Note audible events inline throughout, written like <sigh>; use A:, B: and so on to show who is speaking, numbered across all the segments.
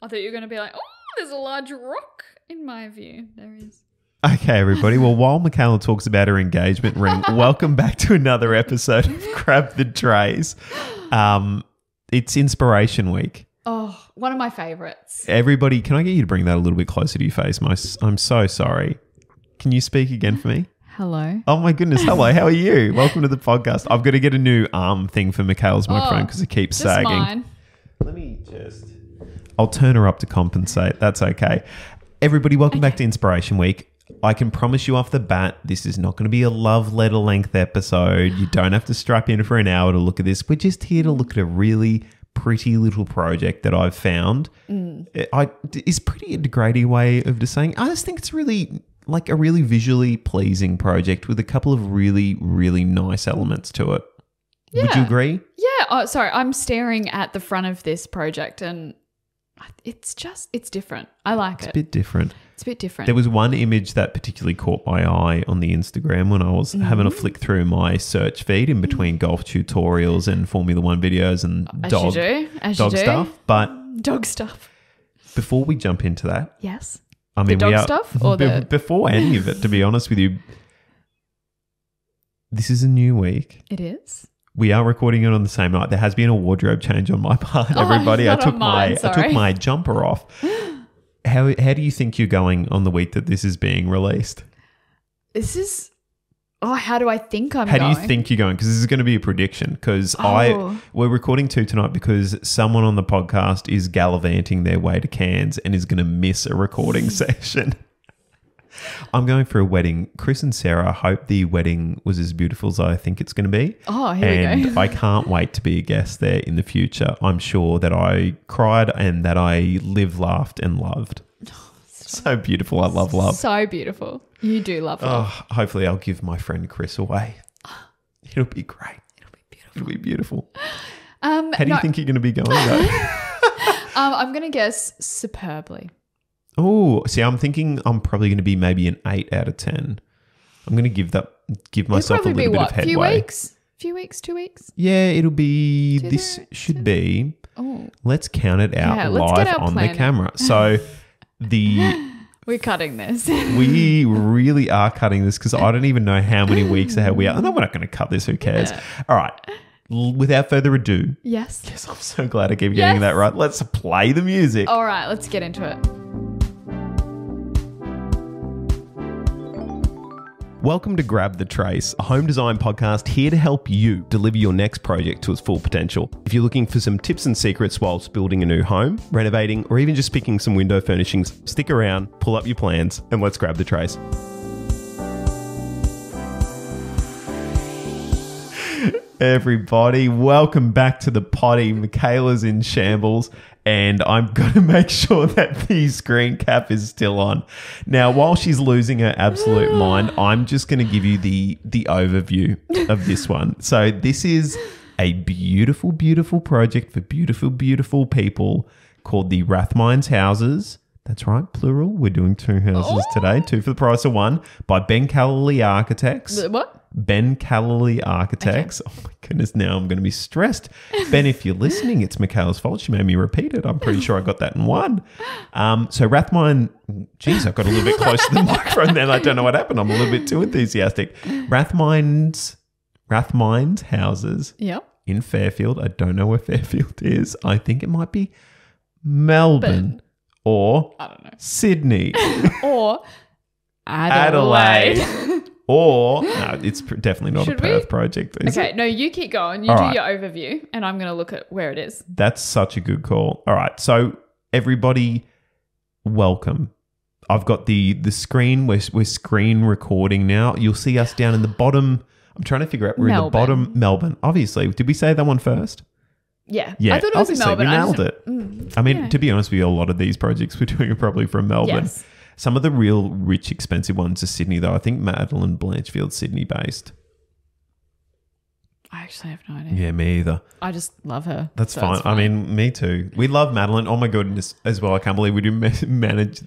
A: I thought you were going to be like, oh, there's a large rock in my view. There is.
B: Okay, everybody. Well, while Michaela talks about her
A: <laughs>
B: engagement ring, welcome back to another episode of Grab the Trays. Um, it's Inspiration Week.
A: Oh, one of my favorites.
B: Everybody, can I get you to bring that a little bit closer to your face? My, I'm so sorry. Can you speak again for me?
A: Hello.
B: Oh my goodness. Hello. How are you? Welcome to the podcast. I've got to get a new arm thing for Michaela's microphone
A: Oh,
B: because it keeps
A: Just
B: sagging.
A: mine.
B: Let me just. I'll turn her up to compensate. That's okay. Everybody, welcome back to Inspiration Week. I can promise you off the bat, this is not going to be a love letter length episode. You don't have to strap in for an hour to look at this. We're just here to look at a really pretty little project that I've found. It- I is pretty a degrading way of just saying. I just think it's really like a really visually pleasing project with a couple of really really nice elements to it. Would you
A: Yeah.
B: agree?
A: Yeah. Oh, sorry. I'm staring at the front of this project and it's just, it's different. I like
B: It's a
A: it.
B: bit different.
A: it's a bit different.
B: There was one image that particularly caught my eye on the Instagram when I was
A: Mm-hmm.
B: having a flick through my search feed
A: Mm.
B: in between golf tutorials and Formula One videos and
A: As
B: dog,
A: you do. As
B: dog
A: you do.
B: stuff. But
A: Dog stuff.
B: before we jump into that,
A: Yes.
B: I mean,
A: dog
B: we are,
A: stuff
B: <laughs>
A: or
B: be-
A: the-
B: before any of it, to be honest with you, this is a new week.
A: It is.
B: We are recording it on the same night. There has been a wardrobe change on my <laughs> part.
A: Oh,
B: Everybody, I
A: not on
B: took
A: mine,
B: my I took
A: sorry.
B: my
A: <gasps>
B: jumper off. How how do you think you're going on the week that this is being released?
A: This is. Oh, how do I think I'm
B: How
A: going?
B: do you think you're going? Because this is going to be a prediction. Because I
A: Oh.
B: we're recording two tonight because someone on the podcast is gallivanting their way to Cairns and is going to miss
A: <laughs>
B: a recording session. I'm going for a wedding. Chris and Sarah I hope the wedding was as beautiful as I think it's going to be.
A: Oh, here we <laughs>
B: and
A: go.
B: I can't wait to be a guest there in the future. I'm sure that I cried and that I live, laughed, and loved. So beautiful. I love love.
A: Oh, So beautiful. You do love love.
B: Oh, hopefully I'll give my friend
A: <gasps>
B: Chris away. It'll be great. It'll be beautiful. It'll be beautiful.
A: Um,
B: How do
A: Uh, no,
B: you think you're going to be going
A: <laughs>
B: though?
A: um, I'm going to guess superbly.
B: oh, see, I'm thinking I'm probably going to be maybe an eight out of ten. I'm going to give that give
A: It'll
B: myself a
A: probably
B: little
A: be
B: bit of
A: what? Few
B: headway.
A: weeks? Few weeks? Two weeks?
B: Yeah, it'll be. this
A: there-
B: should be.
A: Oh,
B: Let's count it out
A: Yeah, let's get
B: live
A: our
B: on the
A: planner.
B: camera.
A: <laughs>
B: So the
A: we're cutting this. <laughs>
B: we really are cutting this because I don't even know how many weeks ahead we are. And we're not going to cut this. Who cares? All right. L- without further ado, <laughs>
A: yes.
B: Yes, I'm so glad I keep getting that right. Let's play the music.
A: All right, let's get into it.
B: Welcome to Grab the Trace, a home design podcast here to help you deliver your next project to its full potential. If you're looking for some tips and secrets whilst building a new home, renovating, or even just picking some window furnishings, stick around, pull up your plans, and let's grab the trace. Everybody, welcome back to the potty. Michaela's in shambles, and I'm <laughs> going to make sure that the screen cap is still on. Now, while she's losing her absolute mind, I'm just going to give you the the overview of this one. So, this is a beautiful, beautiful project for beautiful, beautiful people called the Rathmines Houses. That's right, plural. We're doing two houses today, two for the price of one, by Ben Calloway Architects.
A: The- What?
B: Ben Calloway Architects. Oh my goodness, now I'm going to be stressed. Ben, if you're listening, it's Michaela's fault. She made me repeat it. I'm pretty sure I got that in one. Um, so Rathmine, geez, I got a little bit close to the <laughs> microphone then. I don't know what happened. I'm a little bit too enthusiastic. Rathmine's, Rathmine's houses
A: Yep.
B: in Fairfield. I don't know where Fairfield is. I think it might be Melbourne or
A: I don't know.
B: Sydney.
A: Or Adelaide.
B: Adelaide.
A: <laughs>
B: or, no, it's pr- definitely not a
A: Should we?
B: Perth project. Is it?
A: okay, no, you keep going. You
B: All
A: do
B: right.
A: your overview, and I'm going to look at where it is.
B: That's such a good call. All right, so everybody, welcome. I've got the the screen. We're we're screen recording now. You'll see us down in the bottom. I'm trying to figure out. We're in the
A: Melbourne.
B: bottom. Melbourne, obviously. Did we say that one first?
A: Yeah.
B: Yeah,
A: I thought it was
B: obviously,
A: Melbourne.
B: We
A: I just- Mm,
B: nailed it. I mean,
A: yeah.
B: to be honest with you, a lot of these projects <laughs> we're doing are probably from Melbourne.
A: Yes.
B: Some of the real rich, expensive ones are Sydney, though. I think Madeline Blanchfield, Sydney based.
A: I actually have no idea.
B: Yeah, me either.
A: I just love her.
B: That's
A: so
B: fine.
A: it's
B: I mean, me too. We love Madeline. Oh my goodness, as well. I can't believe we didn't ma- <laughs> manage.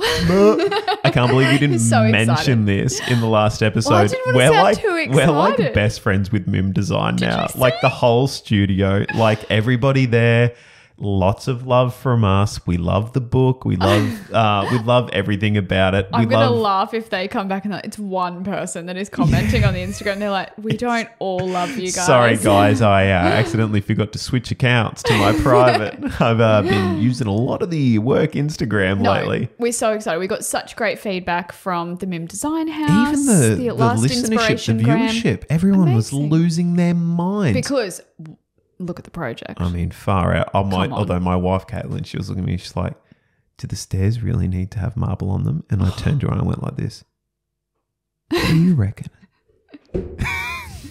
B: I can't believe we
A: <laughs>
B: didn't
A: so excited.
B: mention this in the last episode.
A: Well, I didn't wanna sound
B: like
A: too
B: we're like
A: excited.
B: best friends with Mim Design now. Like the whole studio, like everybody there. lots of love from us. We love the book.
A: <laughs>
B: We love uh, we love everything about it.
A: I'm
B: we
A: gonna
B: love
A: laugh if they come back and like, it's one person that is commenting on the Instagram. They're like,
B: <laughs>
A: we don't all love you guys. <laughs>
B: Sorry, guys, I uh, accidentally forgot to switch accounts to my private. I've uh, been using a lot of the work Instagram
A: No,
B: lately.
A: we're so excited. We got such great feedback from the Mim Design House,
B: Even the, the,
A: Last
B: listenership, the
A: Inspiration Gram.
B: viewership, everyone was
A: Amazing.
B: losing their minds.
A: Because w- look at the project.
B: I mean, far out. I might,
A: on.
B: although my wife, Caitlin, she was looking at me, she's like, do the stairs really need to have marble on them?
A: <gasps>
B: And I turned around and went like this. What do you reckon? <laughs>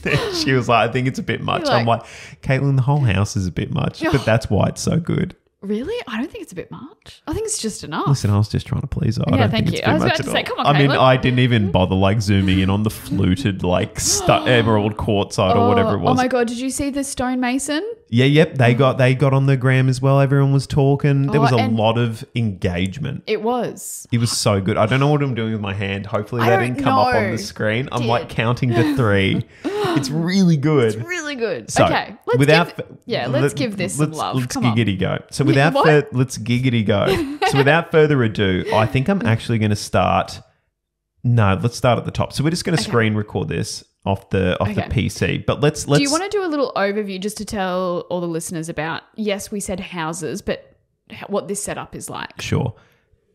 B: Then she was like, I think it's a bit much.
A: You're
B: I'm like, Caitlin, the whole house is a bit
A: <laughs>
B: much, but that's why it's so good.
A: really? I don't think it's a bit much. I think it's just enough.
B: Listen, I was just trying to please her. I
A: Yeah,
B: don't
A: thank
B: think it's
A: you.
B: too
A: I was about
B: much at
A: to say,
B: all.
A: come on,
B: I mean,
A: Caitlin.
B: I didn't even bother like zooming in on the fluted, like stu- emerald quartzite or whatever it
A: Oh
B: was.
A: my god! Did you see the stonemason?
B: Yeah, yep. They got they got on the gram as well. Everyone was talking. There
A: Oh,
B: was a
A: and-
B: lot of engagement.
A: It was.
B: It was so good. I don't know what I'm doing with my hand. Hopefully
A: I
B: that
A: don't
B: didn't come up on
A: know.
B: the screen. I'm
A: Did-
B: like counting
A: <laughs>
B: to three. it's really good.
A: It's really good.
B: So,
A: okay, let's
B: without
A: give, yeah, let's
B: let-
A: give this some
B: let's,
A: love.
B: Let's
A: Come on.
B: giggity go.
A: <laughs>
B: So without
A: what?
B: fur- let's giggity go. so without further ado, I think I'm actually going to start. No, let's start at the top. So we're just going to screen record this off the off
A: Okay.
B: the PC. But let's let's
A: Do you want to do a little overview just to tell all the listeners about? Yes, we said houses, but h- what this setup is like.
B: sure.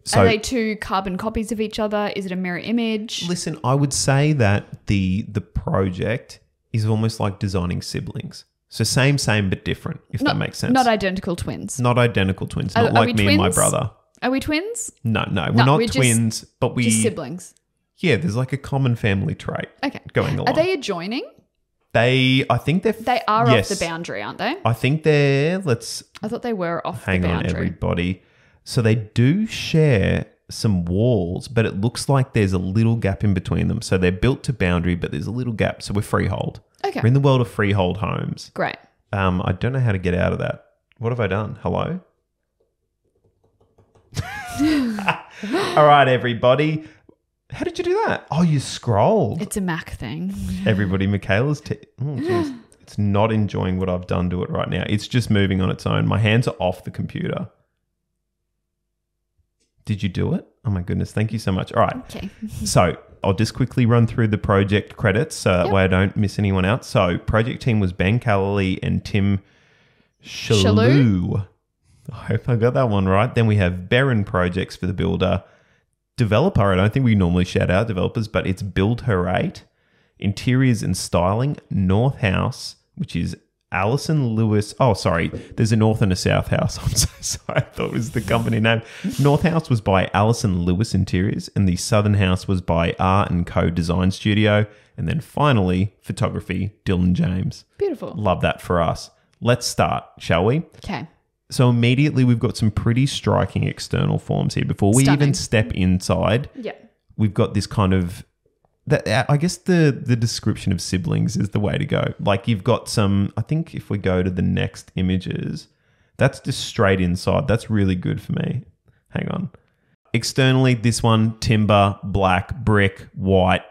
B: So
A: Are they two carbon copies of each other? Is it a mirror image?
B: Listen, I would say that the the project is almost like designing siblings. So same, same but different, if that makes sense.
A: Not identical twins.
B: not identical twins, not
A: are
B: like
A: we
B: me and my
A: twins?
B: brother.
A: Are we twins?
B: No, no, we're
A: No,
B: not
A: we're just-
B: twins, but we
A: Just siblings.
B: yeah, there's like a common family trait
A: Okay.
B: going
A: Are
B: along. They,
A: they adjoining?
B: I think they're
A: They are
B: yes.
A: off the boundary, aren't they?
B: I think they're let's
A: I thought they were off
B: hang
A: the
B: on
A: boundary.
B: everybody. So they do share some walls, but it looks like there's a little gap in between them. So they're built to boundary, but there's a little gap. So we're freehold. We're
A: Okay.
B: in the world of freehold homes.
A: Great.
B: Um, I don't know how to get out of that. What have I done?
A: <laughs>
B: Hello? <laughs> All right, everybody. How did you do that? Oh, you scrolled.
A: It's a Mac thing.
B: Everybody, Michaela's. T- oh, geez. it's not enjoying what I've done to it right now. It's just moving on its own. My hands are off the computer. Did you do it? Oh, my goodness. Thank you so much. All right.
A: Okay.
B: So I'll just quickly run through the project credits so that
A: Yep.
B: way I don't miss anyone out. So project team was Ben Calloway and Tim Shalou. I hope I got that one right. Then we have Baron Projects for the builder. Developer, I don't think we normally shout out developers, but it's Build Her 8. Interiors and Styling, North House, which is Allison Lewis. Oh, sorry. There's a North and a South House. <laughs> I'm so sorry. I thought it was the company name. North House was by Allison Lewis Interiors, and the Southern House was by R and Co Design Studio. And then finally, photography, Dylan James.
A: Beautiful.
B: Love that for us. Let's start, shall we?
A: Okay.
B: So immediately we've got some pretty striking external forms here. Before we
A: Stunning.
B: even step inside,
A: Yeah.
B: we've got this kind of that uh, I guess the the description of siblings is the way to go. Like you've got some I think if we go to the next images, that's just straight inside. That's really good for me. Hang on. Externally this one timber, black, brick, white.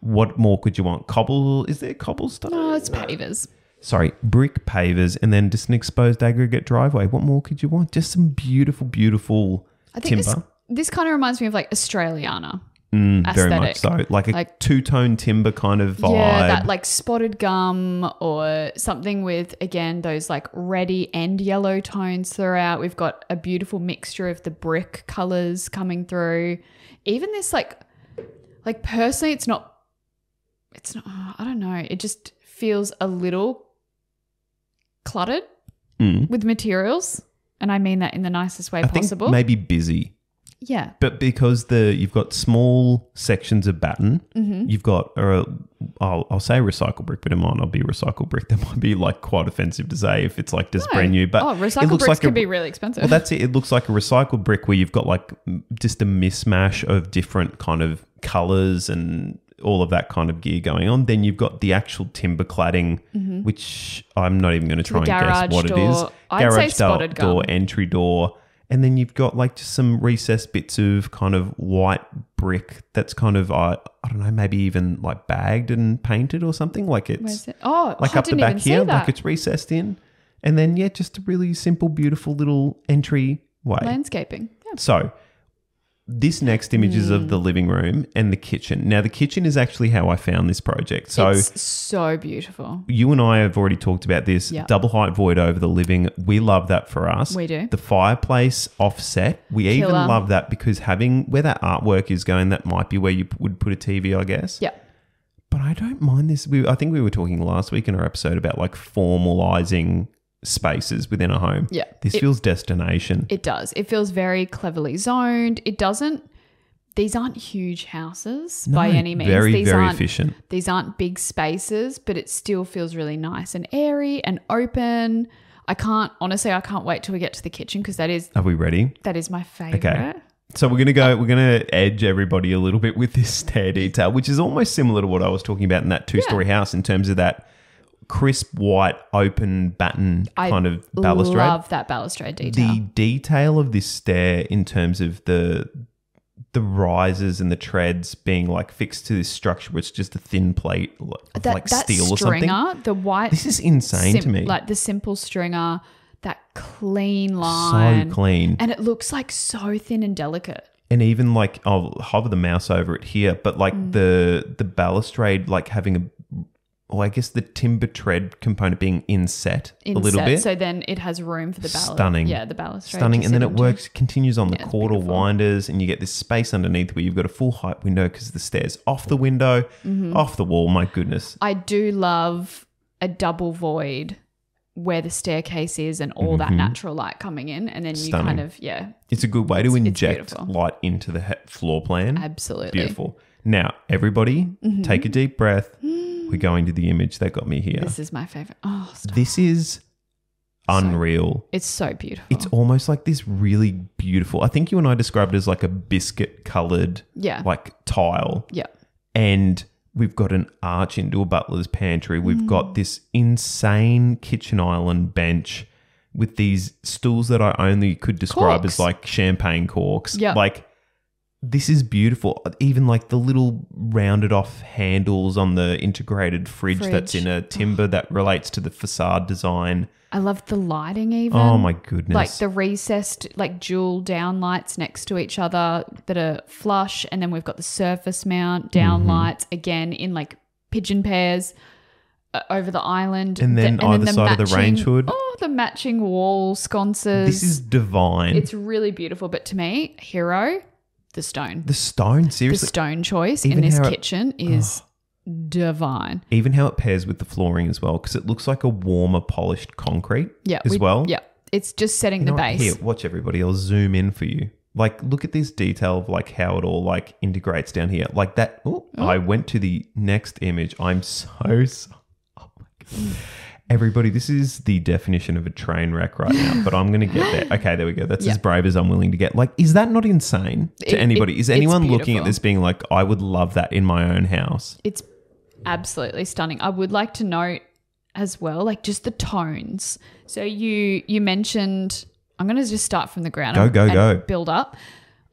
B: What more could you want? Cobble is there cobblestone?
A: Oh, it's pavers.
B: sorry, brick pavers and then just an exposed aggregate driveway. What more could you want? Just some beautiful, beautiful
A: I think
B: timber.
A: this, this kind of reminds me of like Australiana.
B: Mm, very much
A: aesthetic.
B: so. Like a
A: Like-
B: two tone timber kind of vibe.
A: Yeah, that like spotted gum or something with again those like reddy and yellow tones throughout. We've got a beautiful mixture of the brick colors coming through. Even this like like personally it's not it's not oh, I don't know. It just feels a little cluttered
B: Mm.
A: with materials, and I mean that in the nicest way
B: I think
A: possible.
B: maybe busy.
A: yeah.
B: But because the you've got small sections of batten,
A: Mm-hmm.
B: you've got uh, I'll, I'll say recycle brick, but it might not be recycle brick. <laughs> That might be like quite offensive to say if it's like just brand new. But
A: oh,
B: it
A: recycled
B: looks
A: bricks
B: like
A: could
B: a,
A: be really expensive.
B: Well, that's it. It looks like a recycled brick where you've got like m- just a mismatch of different kind of colors and all of that kind of gear going on. Then you've got the actual timber cladding, which I'm not even going to try and
A: Mm-hmm. the
B: guess
A: garage
B: what it
A: door.
B: is.
A: I'd say spotted gum.
B: door, entry door. And then you've got like just some recessed bits of kind of white brick that's kind of, I, I don't know, maybe even like bagged and painted or something. Like it's
A: Where's it? Oh,
B: like
A: I
B: up the
A: didn't
B: back
A: even see
B: here,
A: that.
B: like it's recessed in. And then, yeah, just a really simple, beautiful little entry way.
A: Landscaping. Yeah.
B: So, this next image is of
A: Hmm.
B: the living room and the kitchen. Now, the kitchen is actually how I found this project. So,
A: it's so beautiful.
B: you and I have already talked about this
A: Yeah.
B: double height void over the living. We love that for us.
A: We do.
B: The fireplace offset. We even
A: Killer.
B: love that because having where that artwork is going, that might be where you p- would put a TV, I guess.
A: Yeah.
B: But I don't mind this. We, I think we were talking last week in our episode about like formalizing spaces within a home.
A: Yeah.
B: This
A: It-
B: feels destination.
A: It does. It feels very cleverly zoned. It doesn't. These aren't huge houses by
B: No,
A: any means.
B: Very,
A: these
B: very
A: aren't
B: efficient.
A: these aren't big spaces, but it still feels really nice and airy and open. I can't honestly. I can't wait till we get to the kitchen because that is
B: Are we ready?
A: that is my favorite.
B: So we're gonna go. We're gonna edge everybody a little bit with this stair detail, which is almost similar to what I was talking about in that two-story house in terms of that crisp white open batten
A: I
B: kind of balustrade.
A: Love that balustrade detail.
B: The detail of this stair in terms of the the rises and the treads being like fixed to this structure, where it's just a thin plate of
A: that,
B: like
A: that
B: steel or something.
A: stringer, the white
B: This is insane to
A: sim-
B: me.
A: Like the simple stringer, that clean line.
B: so clean.
A: And it looks like so thin and delicate.
B: and even like I'll hover the mouse over it here, but like
A: Mm.
B: the the balustrade, like having a, well, I guess the timber tread component being inset, a little
A: inset.
B: bit,
A: So then it has room for the balustrade.
B: Stunning.
A: Yeah, the balustrade.
B: stunning,
A: to
B: and then
A: sit
B: it
A: into.
B: works continues on the
A: it's
B: quarter
A: beautiful.
B: winders, and you get this space underneath where you've got a full height window because the stairs off the window,
A: Mm-hmm.
B: off the wall. My goodness,
A: I do love a double void where the staircase is and all that natural light coming in. And then you
B: Mm-hmm. Stunning.
A: kind of, yeah,
B: it's a good way to inject
A: beautiful.
B: light into the he- floor plan.
A: absolutely. <gasps>
B: Mm-hmm.
A: Mm-hmm.
B: Beautiful. Now, everybody, take a deep breath. We're going to the image that got me here.
A: This is my favorite. Oh, stop.
B: This is unreal.
A: It's so beautiful.
B: It's almost like this really beautiful. I think you and I described it as like a biscuit colored
A: yeah.
B: like tile
A: yeah.
B: and we've got an arch into a butler's pantry. We've got
A: Mm.
B: this insane kitchen island bench with these stools that I only could describe as
A: Corks.
B: like champagne corks.
A: Yep.
B: Like this is beautiful. Even like the little rounded off handles on the integrated fridge, that's
A: Fridge.
B: in a timber that relates to the facade design.
A: I love the lighting even.
B: Oh my goodness.
A: like the recessed like dual down lights next to each other that are flush and then we've got the surface mount down
B: Mm-hmm.
A: lights again in like pigeon pairs uh, over the island
B: And then either side of the range hood.
A: oh the matching wall sconces
B: this is divine.
A: it's really beautiful but to me hero the stone
B: The stone,
A: the
B: seriously.
A: stone choice
B: Even
A: in this
B: how it- Oh.
A: kitchen is divine
B: Even how it pairs with the flooring as well, because it looks like a warmer, polished concrete.
A: yeah
B: As
A: we-
B: well?
A: yeah it's just setting
B: You know
A: the
B: what?
A: base
B: Here, watch everybody. I'll zoom in for you. Like, look at this detail of like how it all like integrates down here. Like that. Oh, I went to the next image. I'm so. <laughs> so oh my god. Everybody, this is the definition of a train wreck right now, but I'm going to
A: <laughs>
B: get there. Okay, there we go. That's as brave as I'm willing to get. Like, is that not insane to
A: It- it-
B: anybody? Is
A: it's
B: anyone looking at
A: beautiful.
B: this being like, I would love that in my own house?
A: it's absolutely stunning. I would like to note as well, like just the tones. So you you mentioned I'm going to just start from the ground.
B: Go,
A: and-
B: go,
A: and
B: go.
A: Build up.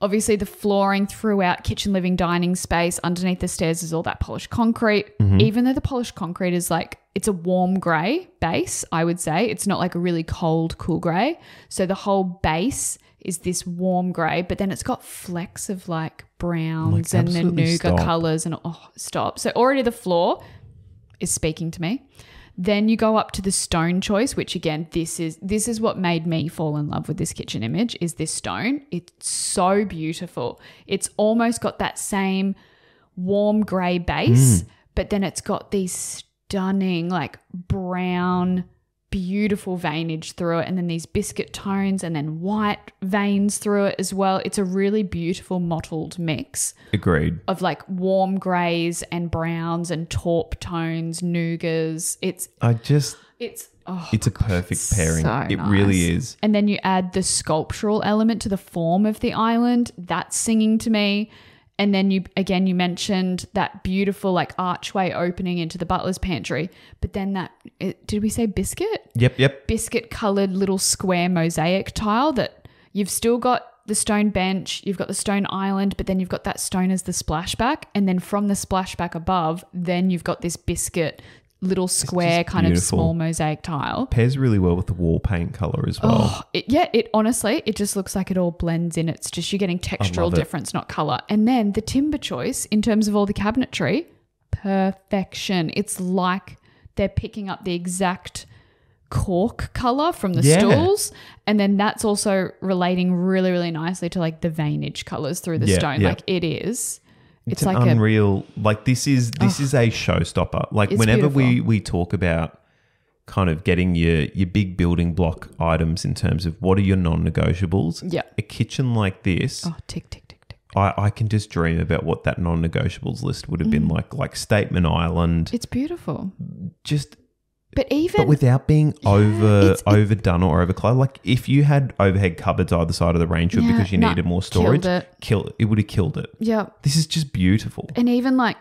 A: Obviously, the flooring throughout kitchen, living, dining space underneath the stairs is all that polished concrete.
B: Mm-hmm.
A: Even though the polished concrete is like it's a warm grey base, I would say it's not like a really cold, cool grey. So the whole base is this warm grey, but then it's got flecks of like
B: Oh
A: browns and then
B: absolutely
A: nougat
B: stop.
A: colors and oh stop. So already the floor is speaking to me. Then you go up to the stone choice, which again, this is this is what made me fall in love with this kitchen image is this stone. It's so beautiful. It's almost got that same warm grey base,
B: Hmm.
A: but then it's got these stunning, like brown, beautiful veinage through it, and then these biscuit tones and then white veins through it as well. It's a really beautiful mottled mix
B: Agreed.
A: of like warm grays and browns and taupe tones, nougars. It's
B: I just,
A: it's oh.
B: it's a perfect pairing.
A: so
B: it really
A: nice.
B: is.
A: And then you add the sculptural element to the form of the island. That's singing to me. And then you again you mentioned that beautiful like archway opening into the butler's pantry, but then that it, did we say biscuit?
B: Yep, yep.
A: biscuit colored little square mosaic tile that you've still got the stone bench, you've got the stone island, but then you've got that stone as the splashback. And then from the splashback above, then you've got this biscuit little square kind of
B: beautiful.
A: small mosaic tile.
B: Pairs really well with the wall paint color as well.
A: Oh, it, yeah, it honestly, it just looks like it all blends in. It's just you're getting textural
B: it.
A: difference, not color. And then the timber choice in terms of all the cabinetry, perfection. It's like they're picking up the exact cork color from the
B: Yeah.
A: stools. And then that's also relating really, really nicely to like the veinage colors through the
B: Yeah,
A: stone.
B: yeah.
A: Like it is. It's,
B: it's,
A: like
B: an
A: a Oh.
B: unreal like this is this is a showstopper like
A: It's
B: whenever we
A: beautiful.
B: we talk about kind of getting your your big building block items in terms of what are your non-negotiables
A: Yeah.
B: a kitchen like this
A: oh tick tick tick tick.
B: I, I can just dream about what that non-negotiables list would have
A: Mm-hmm.
B: been like like statement island
A: It's beautiful.
B: just
A: But even
B: but without being over
A: it's-
B: overdone or overclad like if you had overhead cupboards either side of the range hood
A: Yeah,
B: because you
A: nah,
B: needed more
A: killed
B: storage
A: it.
B: kill it would have killed it
A: Yeah.
B: this is just beautiful
A: And even like,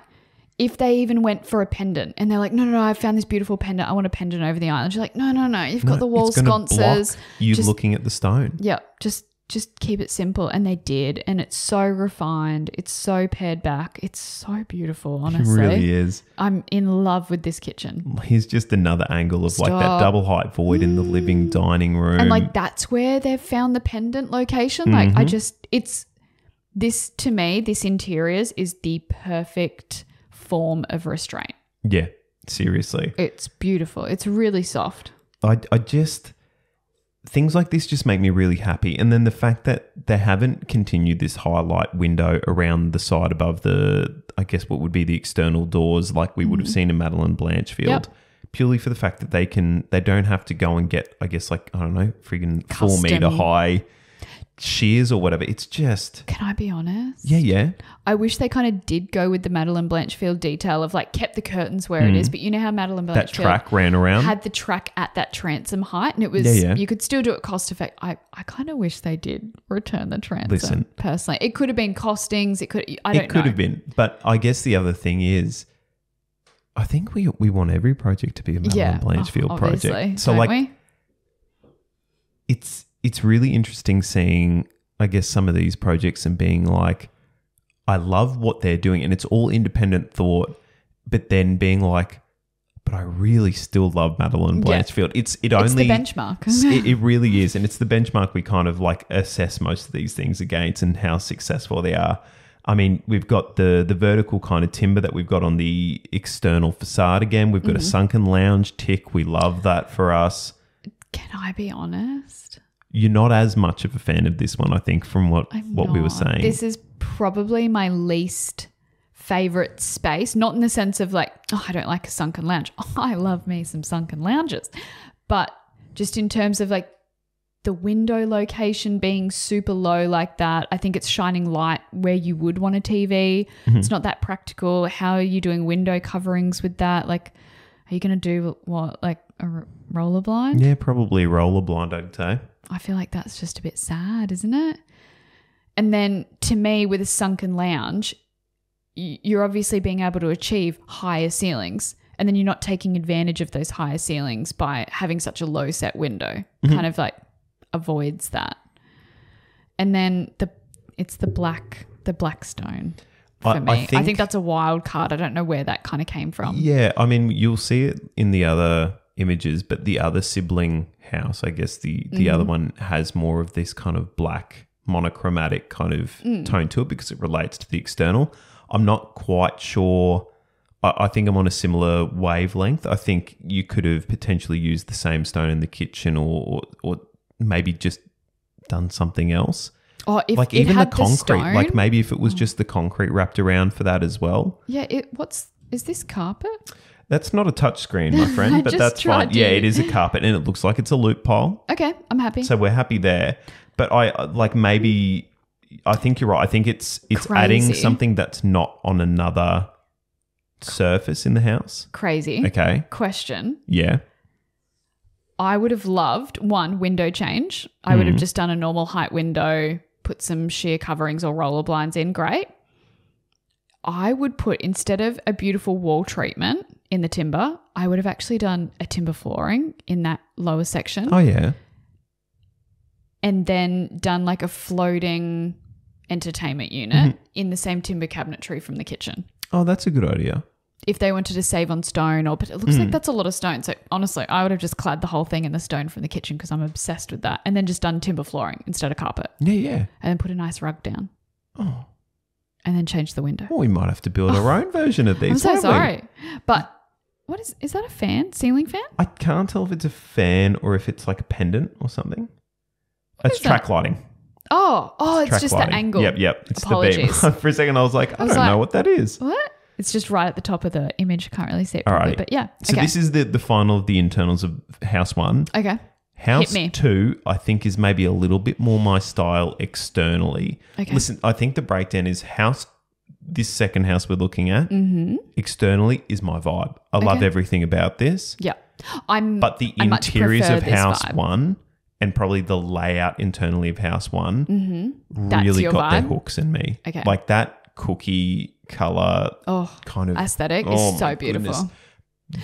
A: if they even went for a pendant and they're like, no, no, no, I found this beautiful pendant. I want a pendant over the island. She's like, no, no, no, you've got
B: No,
A: the wall
B: it's gonna
A: sconces.
B: block You
A: Just-
B: looking at the stone.
A: Yeah, just just keep it simple. And they did. And it's so refined. It's so pared back. It's so beautiful,
B: It
A: honestly.
B: really is.
A: I'm in love with this kitchen.
B: Here's just another angle of like that
A: Stop. Mm.
B: double height void in the living dining room.
A: And like that's where they've found the pendant location. Like
B: Mm-hmm.
A: I just it's this to me, this interiors is the perfect form of restraint.
B: yeah, seriously.
A: It's beautiful. It's really soft.
B: I, I just things like this just make me really happy. And then the fact that they haven't continued this highlight window around the side above the, I guess what would be the external doors, like we would have seen in Madeline Blanchfield.
A: Mm-hmm. Yep.
B: Purely for the fact that they can, they don't have to go and get, I guess, like I don't know, friggin' four meter
A: Custom.
B: high shears or whatever. It's just,
A: Can I be honest?
B: yeah, yeah,
A: I wish they kind of did go with the Madeline Blanchfield detail of like kept the curtains where it is, but you know how Madeline Blanchfield
B: Mm. that track ran around.
A: had the track at that transom height and it was
B: Yeah, yeah.
A: you could still do it cost effect. I, I kind of wish they did return the transom
B: Listen.
A: personally. It could have been costings, it could I don't
B: it could
A: know.
B: have been, but I guess the other thing is, I think we we want every project to be a Madeline
A: yeah, Oh,
B: Blanchfield
A: obviously,
B: project. So
A: don't
B: like,
A: we?
B: it's it's really interesting seeing I guess some of these projects and being like I love what they're doing and it's all independent thought but then being like but I really still love Madeline
A: Yeah.
B: Blanchfield. It's it
A: it's
B: only
A: the benchmark.
B: it, it really is and it's the benchmark we kind of like assess most of these things against and how successful they are. I mean, we've got the the vertical kind of timber that we've got on the external facade again. We've got
A: Mm-hmm.
B: a sunken lounge tick. We love that for us
A: Can I be honest?
B: you're not as much of a fan of this one, I think, from what
A: I'm
B: what we were
A: not.
B: saying.
A: This is probably my least favorite space, not in the sense of like, oh, I don't like a sunken lounge. <laughs> Oh, I love me some sunken lounges. But just in terms of like the window location being super low like that, I think it's shining light where you would want a TV.
B: Mm-hmm.
A: It's not that practical. How are you doing window coverings with that? Like, are you going to do what, like a r- roller blind?
B: yeah, probably roller blind, I'd say.
A: I feel like that's just a bit sad, isn't it? And then to me, with a sunken lounge, y- you're obviously being able to achieve higher ceilings. And then you're not taking advantage of those higher ceilings by having such a low set window.
B: Mm-hmm.
A: Kind of like avoids that. And then the it's the black the black stone for
B: I- I
A: me. I think,
B: think-
A: that's a wild card. I don't know where that kind of came from.
B: Yeah, I mean, you'll see it in the other images, but the other sibling house, I guess the the
A: Mm-hmm.
B: other one has more of this kind of black monochromatic kind of
A: Mm.
B: tone to it because it relates to the external. I'm not quite sure. I, I think I'm on a similar wavelength. I think you could have potentially used the same stone in the kitchen, or or, or maybe just done something else.
A: Or Oh, if
B: like
A: it
B: even the
A: had
B: concrete
A: stone, Mm.
B: like maybe if it was just the concrete wrapped around for that as well
A: yeah, it what's is this carpet?
B: that's not a touch
A: <laughs>
B: screen my
A: I
B: friend but
A: just
B: that's fine
A: tried
B: yeah
A: to.
B: it is a carpet and it looks like it's a loop pole
A: Okay, I'm happy.
B: so we're happy there but i uh, like maybe i think you're right i think it's it's adding
A: Crazy.
B: something that's not on another surface in the house
A: Crazy.
B: okay
A: question.
B: yeah
A: I would have loved one window change. I would have just done a normal height window, put some sheer coverings or roller blinds in. Great. I would put instead of a beautiful wall treatment in the timber, I would have actually done a timber flooring in that lower section
B: oh yeah
A: and then done like a floating entertainment unit in the same timber cabinetry from the kitchen.
B: oh that's a good idea
A: if they wanted to save on stone or but it looks like
B: Hmm.
A: that's a lot of stone so honestly i would have just clad the whole thing in the stone from the kitchen because i'm obsessed with that and then just done timber flooring instead of carpet
B: Yeah, yeah.
A: and then put a nice rug down
B: Oh,
A: and then change the window
B: well, we might have to build our own version of these.
A: Oh, i'm so
B: won't we?
A: sorry but what is is that a fan ceiling fan
B: I can't tell if it's a fan or if it's like a pendant or something. That's
A: is
B: track lighting.
A: oh oh it's,
B: track
A: just
B: lighting.
A: the angle
B: Yep, yep. It's the beam.
A: Apologies.
B: <laughs> For a second, I was like, I,
A: I was
B: don't
A: like-
B: know what that is.
A: what it's just right at the top of the image can't really see it
B: All
A: properly,
B: right.
A: but yeah
B: So
A: okay
B: this is the the final of the internals of house one.
A: okay
B: House
A: me.
B: two, I think, is maybe a little bit more my style externally.
A: Okay.
B: Listen, I think the breakdown is house. This second house we're looking at
A: mm-hmm
B: externally is my vibe. I love
A: Okay.
B: everything about this.
A: yeah i'm
B: But the
A: I much
B: interiors
A: prefer
B: of
A: this
B: house
A: vibe.
B: one and probably the layout internally of house one
A: hmm That's
B: really
A: your
B: got their
A: vibe?
B: hooks in me.
A: Okay.
B: Like that cookie color
A: oh
B: kind of
A: aesthetic
B: Oh,
A: is so
B: my
A: beautiful
B: goodness.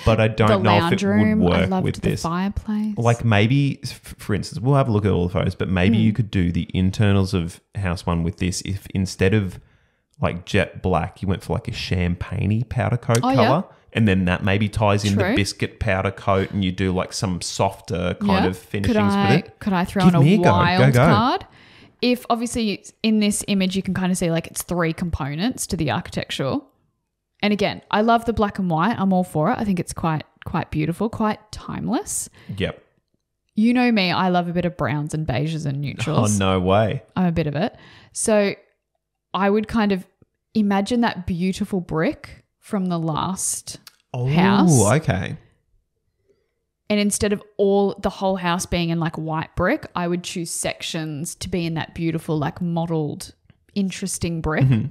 B: But I don't
A: the
B: know if
A: lounge
B: it
A: room
B: would
A: i
B: work
A: loved
B: with
A: the
B: this.
A: fireplace
B: Like maybe, f- for instance, we'll have a look at all the photos, but maybe
A: Hmm.
B: you could do the internals of house one with this if instead of like jet black, you went for like a champagney powder coat
A: Oh, yeah.
B: color. And then that maybe ties in the
A: True.
B: biscuit powder coat and you do like some softer
A: Yeah.
B: kind of
A: could
B: finishings
A: I,
B: with it.
A: Could I throw
B: Give
A: in
B: me a
A: a
B: go. Go,
A: wild
B: go.
A: card? If obviously in this image you can kind of see like it's three components to the architectural. And again, I love the black and white. I'm all for it. I think it's quite quite beautiful, quite timeless.
B: Yep.
A: You know me, I love a bit of browns and beiges and
B: <laughs> Oh,
A: neutrals.
B: no way.
A: I'm a bit of it. So I would kind of imagine that beautiful brick from the last
B: Oh,
A: House.
B: okay.
A: And instead of all the whole house being in like white brick, I would choose sections to be in that beautiful, like mottled, interesting brick.
B: Mm-hmm.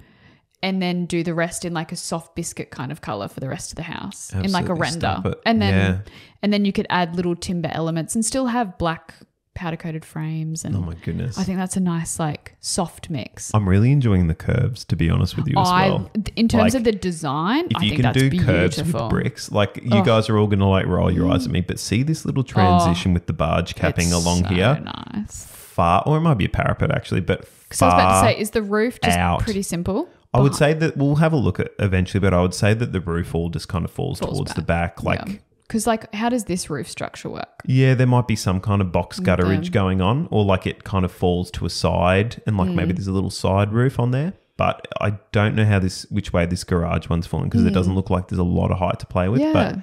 A: And then do the rest in like a soft biscuit kind of color for the rest of the house in like a
B: Absolutely
A: render.
B: stamp it.
A: And then
B: Yeah.
A: and then you could add little timber elements and still have black powder coated frames and
B: Oh my goodness.
A: I think that's a nice like soft mix.
B: I'm really enjoying the curves, to be honest with you as
A: I
B: well.
A: in terms
B: Like,
A: of the design,
B: If
A: I
B: you
A: think
B: can
A: that's
B: do
A: beautiful. Mm.
B: curves with bricks, like you guys are all going to like roll your eyes at me, but see this little transition with the barge capping
A: It's
B: along
A: so
B: here?
A: Nice.
B: Far, or it might be a parapet actually, but
A: Because I was
B: far.
A: about to say, is the roof just
B: out.
A: pretty simple? Oh,
B: I would say that we'll have a look at eventually, but I would say that the roof all just kind of falls, towards the back. Like,
A: Because, like, how does this roof structure work?
B: Yeah, there might be some kind of box gutterage going on, or like it kind of falls to a side, and like
A: Mm.
B: maybe there's a little side roof on there. But I don't know how this, which way this garage one's falling because it doesn't look like there's a lot of height to play with. But
A: Mm. Yeah.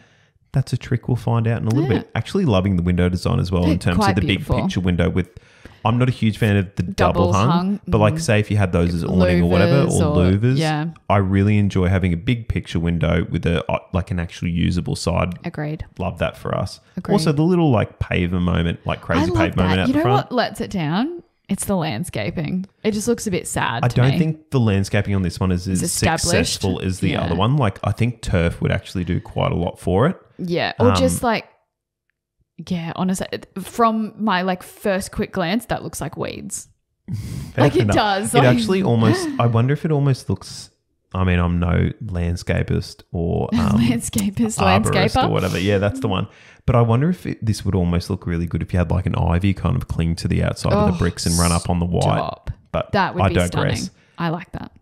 B: that's a trick we'll find out in a little bit. Actually, loving the window design as well in terms of
A: Quite
B: the
A: beautiful.
B: big picture window with. I'm not a huge fan of the double,
A: Double
B: hung,
A: hung, Mm-hmm.
B: but like say if you had those as awning or whatever or,
A: Louvers or-
B: louvers,
A: yeah.
B: I really enjoy having a big picture window with a uh, like an actual usable side
A: Agreed.
B: love that for us.
A: Agreed.
B: Also, the little like paver moment, like
A: I
B: crazy
A: love
B: pave moment
A: that.
B: out
A: You
B: the
A: know
B: front.
A: what lets it down? It's the landscaping. It just looks a bit sad.
B: I
A: to
B: don't
A: me.
B: think the landscaping on this one is as
A: established.
B: successful as the
A: Yeah.
B: other one. Like, I think turf would actually do quite a lot for it.
A: Yeah. Or
B: Um,
A: just like, yeah, honestly, it- from my like first quick glance, that looks like weeds.
B: Fair
A: Like, it
B: enough.
A: does,
B: It
A: like- <laughs>
B: actually almost. I wonder if it almost looks. I mean, I'm no landscapist
A: <laughs>
B: or um,
A: Landscapers,
B: arborist
A: landscaper.
B: or whatever. Yeah, that's the one. But I wonder if it, this would almost look really good if you had like an ivy kind of cling to the outside of the
A: Oh,
B: bricks and run up on the white.
A: Top.
B: But
A: That would
B: I
A: be
B: digress.
A: stunning. I like that.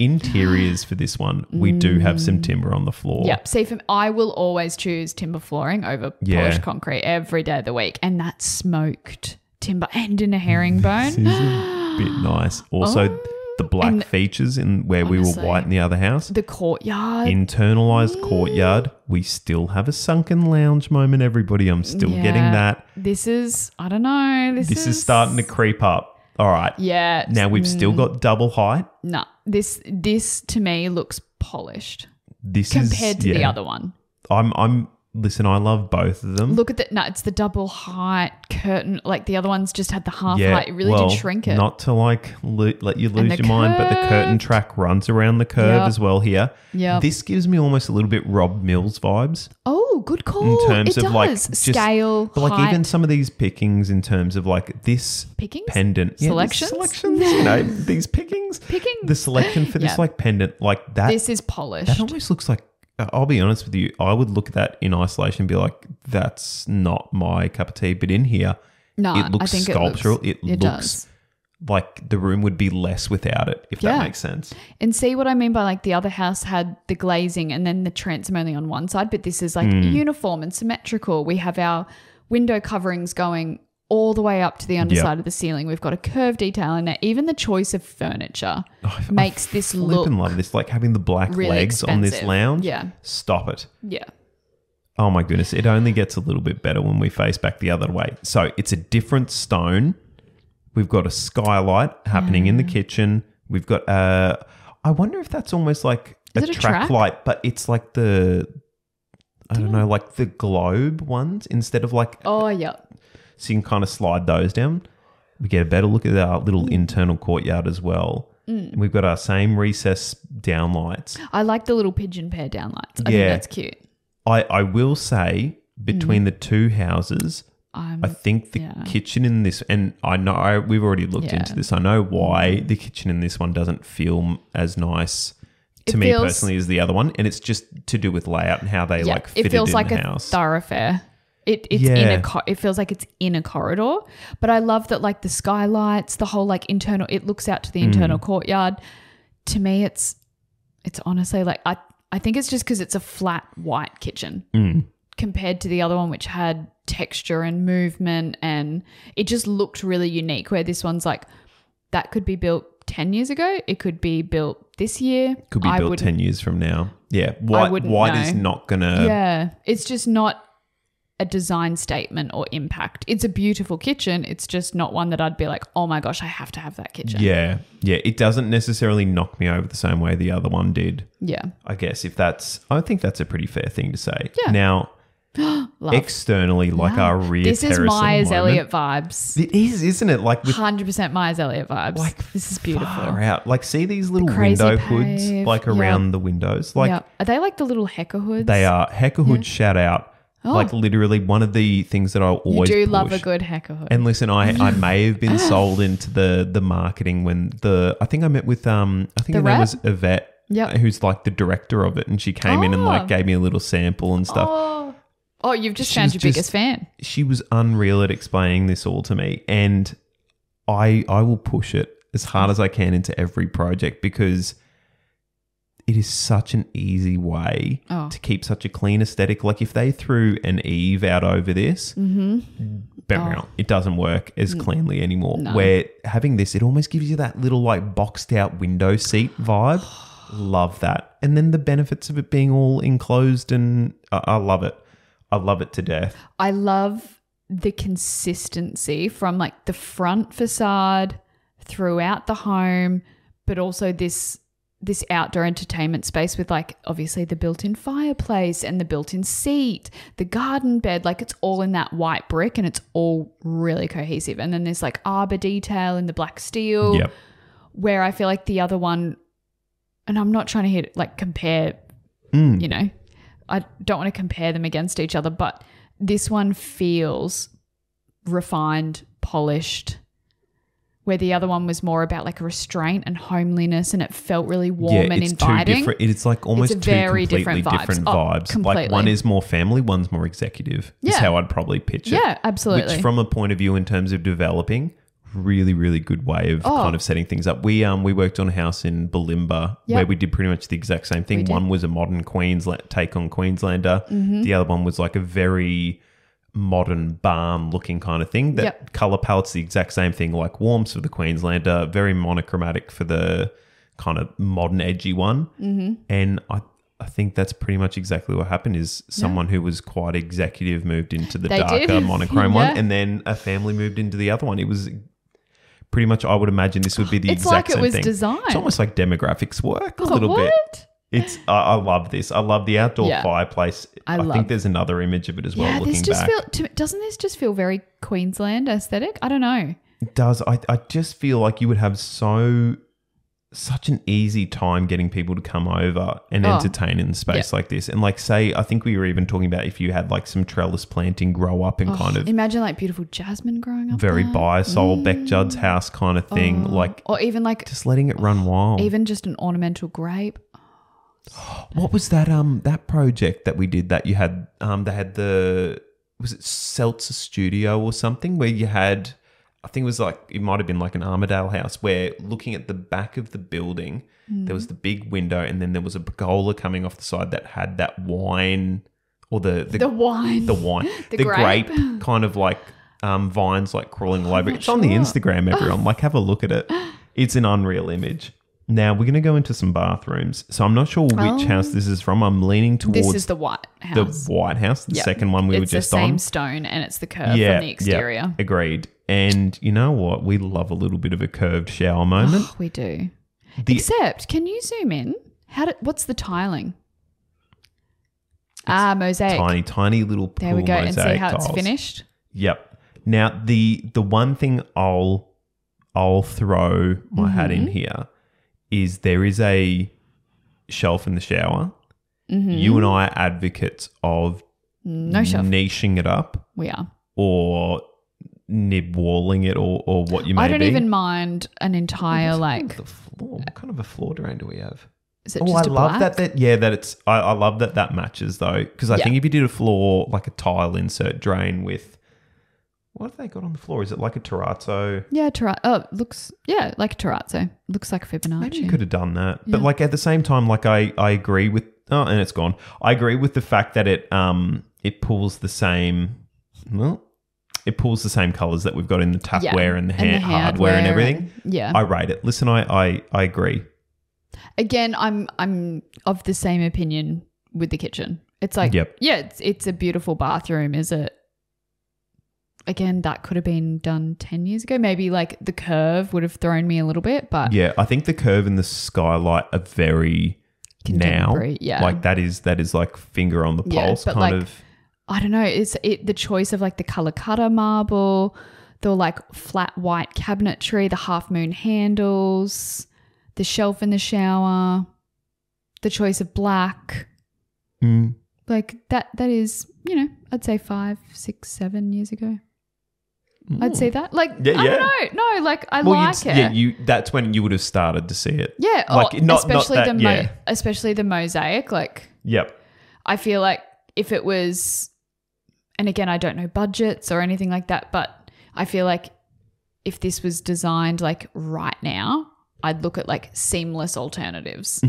B: interiors for this one, we do have
A: Mm.
B: some timber on the floor.
A: Yep. See, for me, I will always choose timber flooring over
B: Yeah.
A: polished concrete every day of the week, and that smoked timber and in a herringbone.
B: This is a bit nice. Also, the black features in where we were
A: Oh, Honestly.
B: white in the other house.
A: the courtyard.
B: Internalized
A: Mm.
B: courtyard. We still have a sunken lounge moment, everybody. I'm still getting
A: Yeah.
B: that.
A: This is I don't know. This,
B: This is starting to creep up. All right.
A: Yeah.
B: Now we've
A: Mm.
B: still got double height.
A: nah. This this to me looks polished
B: This
A: compared
B: is
A: to the
B: yeah.
A: other one.
B: I'm I'm listen, I love both of them.
A: Look at that. No, it's the double height curtain. Like the other ones just had the half height. It really
B: well,
A: did shrink it.
B: Not to like lo- let you lose your
A: the
B: mind, but the curtain
A: curved.
B: track runs around the curve
A: Yep.
B: as well here.
A: Yep.
B: This gives me almost a little bit Rob Mills vibes.
A: oh, good call.
B: terms
A: it
B: of,
A: does.
B: like, just-
A: scale,
B: But like
A: height,
B: even some of these pickings in terms of like this
A: pickings,
B: pendant Yeah, these
A: Selections?
B: selections, you know, these pickings.
A: picking.
B: The selection for this
A: Yeah.
B: like pendant, like that
A: this is polished.
B: that almost looks like uh, I'll be honest with you, I would look at that in isolation and be like, that's not my cup of tea, but in here
A: No,
B: it looks
A: I think
B: sculptural. It
A: It, looks, it
B: looks
A: does.
B: like the room would be less without it, if
A: Yeah.
B: that makes sense.
A: And see what I mean by like the other house had the glazing and then the transom only on one side, but this is like
B: Hmm.
A: uniform and symmetrical. We have our window coverings going all the way up to the underside of the ceiling. We've got a curved detail in there. Even the choice of furniture
B: Oh,
A: makes this
B: Flip
A: look
B: and love this, like having the black
A: really
B: legs on this
A: expensive.
B: lounge.
A: Yeah.
B: Stop it.
A: yeah.
B: Oh my goodness, it only gets a little bit better when we face back the other way. So it's a different stone. We've got a skylight happening in the
A: Mm.
B: kitchen. We've got uh I wonder if that's almost like
A: Is
B: a,
A: it a
B: track,
A: track?
B: light, but it's like the I don't know, like the globe ones instead of like
A: Oh yeah.
B: so you can kind of slide those down. We get a better look at our little
A: Mm.
B: internal courtyard as well. And we've got our same recess down lights.
A: I like the little pigeon pair down lights. I
B: Yeah.
A: think that's cute.
B: I, I will say
A: Mm-hmm.
B: between the two houses,
A: I'm
B: I think the
A: Mm, yeah.
B: kitchen in this, and I know I, we've already looked
A: Yeah. Mm-hmm.
B: into this. I know why the kitchen in this one doesn't feel m- as nice to
A: It
B: me
A: feels-
B: personally as the other one, and it's just to do with layout and how they
A: yeah,
B: like
A: it
B: fit it,
A: feels
B: in
A: like
B: the
A: a
B: house.
A: thoroughfare. It it's in
B: Yeah.
A: a co- it feels like it's in a corridor, but I love that like the skylights, the whole like internal. It looks out
B: Mm.
A: to the internal courtyard. To me, it's it's honestly like I I think it's just because it's a flat white kitchen
B: Mm,
A: compared to the other one, which had texture and movement, and it just looked really unique. Where this one's like that could be built ten years ago, it could be built this year,
B: Could be
A: I
B: built
A: wouldn't
B: ten years from now. Yeah, white
A: wouldn't
B: white is
A: know.
B: not gonna.
A: yeah, it's just not a design statement or impact. It's a beautiful kitchen. It's just not one that I'd be like, oh my gosh, I have to have that kitchen.
B: Yeah, yeah. It doesn't necessarily knock me over the same way the other one did.
A: Yeah.
B: I guess if that's, I think that's a pretty fair thing to say.
A: Yeah.
B: Now,
A: Love.
B: externally, like our rear
A: this is
B: terrace, at the
A: Myers
B: moment-
A: Elliott vibes.
B: It is, isn't it? Like with
A: 100% Myers Elliott vibes.
B: Like,
A: this is beautiful.
B: far out. Like see these little
A: crazy
B: window hoods,
A: pave.
B: like
A: Yeah.
B: around the windows. Like
A: yeah. Are they like the little hecker hoods?
B: they are hecker hood shout out. Like literally one of the things that I
A: Oh. You
B: always
A: do love a
B: push.
A: good hecker hood.
B: And listen, I,
A: <laughs>
B: I may have been sold into the the marketing when the I think I met with um I think
A: The
B: her
A: rep?
B: name was Yvette,
A: Yep.
B: who's like the director of it, and she came in and
A: Oh.
B: like gave me a little sample and stuff.
A: oh. oh, you've just
B: She's
A: found your
B: just-
A: biggest fan.
B: She was unreal at explaining this all to me, and I I will push it as hard as I can into every project because it is such an easy way
A: Oh.
B: to keep such a clean aesthetic. Like if they threw an Eve out over this, bang on, it doesn't work as cleanly anymore. Where having this, it almost gives you that little like boxed out window seat vibe. love that, and then the benefits of it being all enclosed, and I, I love it. I love it to death.
A: I love the consistency from like the front facade throughout the home, but also this this outdoor entertainment space with like obviously the built-in fireplace and the built-in seat, the garden bed, like it's all in that white brick and it's all really cohesive. And then there's like arbor detail in the black steel
B: Yep.
A: where I feel like the other one and I'm not trying to hit like compare
B: Mm.
A: you know, I don't want to compare them against each other, but this one feels refined, polished, where the other one was more about like restraint and homeliness, and it felt really warm and inviting.
B: Two different, it's like almost two
A: very
B: completely
A: different vibes.
B: different
A: Oh,
B: vibes. Like one
A: completely.
B: is more family, one's more executive. Is
A: Yeah.
B: how I'd probably pitch it.
A: yeah, absolutely.
B: Which, from a point of view in terms of developing, really, really good way of
A: Oh.
B: kind of setting things up. We um we worked on a house in Balimba
A: Yeah.
B: where we did pretty much the exact same thing. One was a modern Queensland take on Queenslander.
A: Mm-hmm.
B: The other one was like a very modern barn looking kind of thing. That
A: Yep.
B: color palette's the exact same thing, like warms for the Queenslander, very monochromatic for the kind of modern edgy one. Mm-hmm. And I I think that's pretty much exactly what happened is someone who was quite executive moved into the
A: They
B: darker
A: did.
B: monochrome one
A: Yeah.
B: and then a family moved into the other one. It was pretty much I would imagine this would be the
A: It's like
B: exact
A: it
B: same
A: was
B: thing.
A: designed.
B: It's almost like demographics work a
A: Oh,
B: little bit.
A: what?
B: It's I, I love this. I love the outdoor
A: Yeah.
B: fireplace. I,
A: I
B: think
A: love-
B: there's another image of it as well.
A: Yeah,
B: looking
A: this just
B: back,
A: feel to, doesn't this just feel very Queensland aesthetic? I don't know.
B: it does. I I just feel like you would have so such an easy time getting people to come over and
A: Oh.
B: entertain in space like this. And like say, I think we were even talking about if you had like some trellis planting grow up
A: Oh,
B: and kind of
A: Imagine like beautiful jasmine growing up,
B: very
A: there.
B: biosol Beck Judd's house kind of thing, like
A: or even like
B: just letting it run wild.
A: even just an ornamental grape.
B: What was that um that project that we did that you had um they had the was it Seltzer Studio or something where you had I think it was like it might have been like an Armadale house where looking at the back of the building, there was the big window, and then there was a pergola coming off the side that had that wine or the the,
A: The
B: the,
A: wine.
B: wine,
A: <gasps> The
B: the,
A: grape. <laughs>
B: grape. kind of like um, vines like crawling all over. It's on the
A: sure. <laughs>
B: Instagram, everyone. like, have a look at it. It's an unreal image. Now we're gonna go into some bathrooms. So I'm not sure which
A: Oh.
B: house this is from. I'm leaning
A: This
B: towards
A: is the white
B: the
A: house.
B: White House, the
A: Yep.
B: second one we
A: it's
B: were just
A: the same
B: on.
A: stone and it's the curve from the exterior.
B: agreed. And you know what? We love a little bit of a curved shower moment.
A: Oh, we do.
B: The-
A: Except, can you zoom in? How do, what's the tiling? Ah, mosaic.
B: tiny, tiny little pool
A: There we go, and
B: mosaic
A: see how it's
B: tiles.
A: finished.
B: Yep. Now the the one thing I'll I'll throw my hat
A: Mm-hmm.
B: in here is there is a shelf in the shower.
A: Mhm.
B: You Mm, and I are advocates of
A: No shelf.
B: niching it up
A: We are.
B: or nib walling it or, or what you may
A: I don't
B: be.
A: even mind an entire like.
B: the floor. What kind of a floor drain do we have?
A: Is it
B: Oh, I
A: just a
B: love
A: black?
B: that. That yeah, that it's. I, I love that that matches though, because I
A: Yeah.
B: think if you did a floor like a tile insert drain with, what have they got on the floor? Is it like a terrazzo?
A: Yeah, terra- oh, it looks yeah like a terrazzo. Looks like a Fibonacci.
B: Maybe you could have done that, but like at the same time, like I I agree with. Oh, and it's gone. I agree with the fact that it um it pulls the same. Well, it pulls the same colors that we've got in the
A: Yeah,
B: tapware and the,
A: and the
B: ha- hardware and
A: hardware
B: everything.
A: and- yeah.
B: I rate it. Listen, I I I agree.
A: Again, I'm I'm of the same opinion with the kitchen. It's like
B: Yep.
A: yeah, it's it's a beautiful bathroom, is it? Again, that could have been done ten years ago. Maybe like the curve would have thrown me a little bit, but
B: Yeah, I think the curve and the skylight are very now.
A: Contemporary, yeah.
B: Like that is that is like finger on the
A: Yeah,
B: pulse
A: but
B: kind
A: like-
B: of
A: I don't know. It's it the choice of like the color cutter marble, the like flat white cabinetry, the half moon handles, the shelf in the shower, the choice of black.
B: Mm,
A: Like that. That is you know I'd say five, six, seven years ago. I'd say that. Like
B: Hmm. Yeah,
A: I
B: yeah.
A: don't know. No, like I
B: mm. well,
A: like it.
B: you'd- Yeah, you that's when you would have started to see it.
A: Yeah,
B: Like,
A: or
B: not- not
A: especially
B: that-
A: the mo-
B: yeah.
A: especially the mosaic. Like
B: Yep.
A: I feel like if it was, and again, I don't know budgets or anything like that, but I feel like if this was designed like right now, I'd look at like seamless alternatives,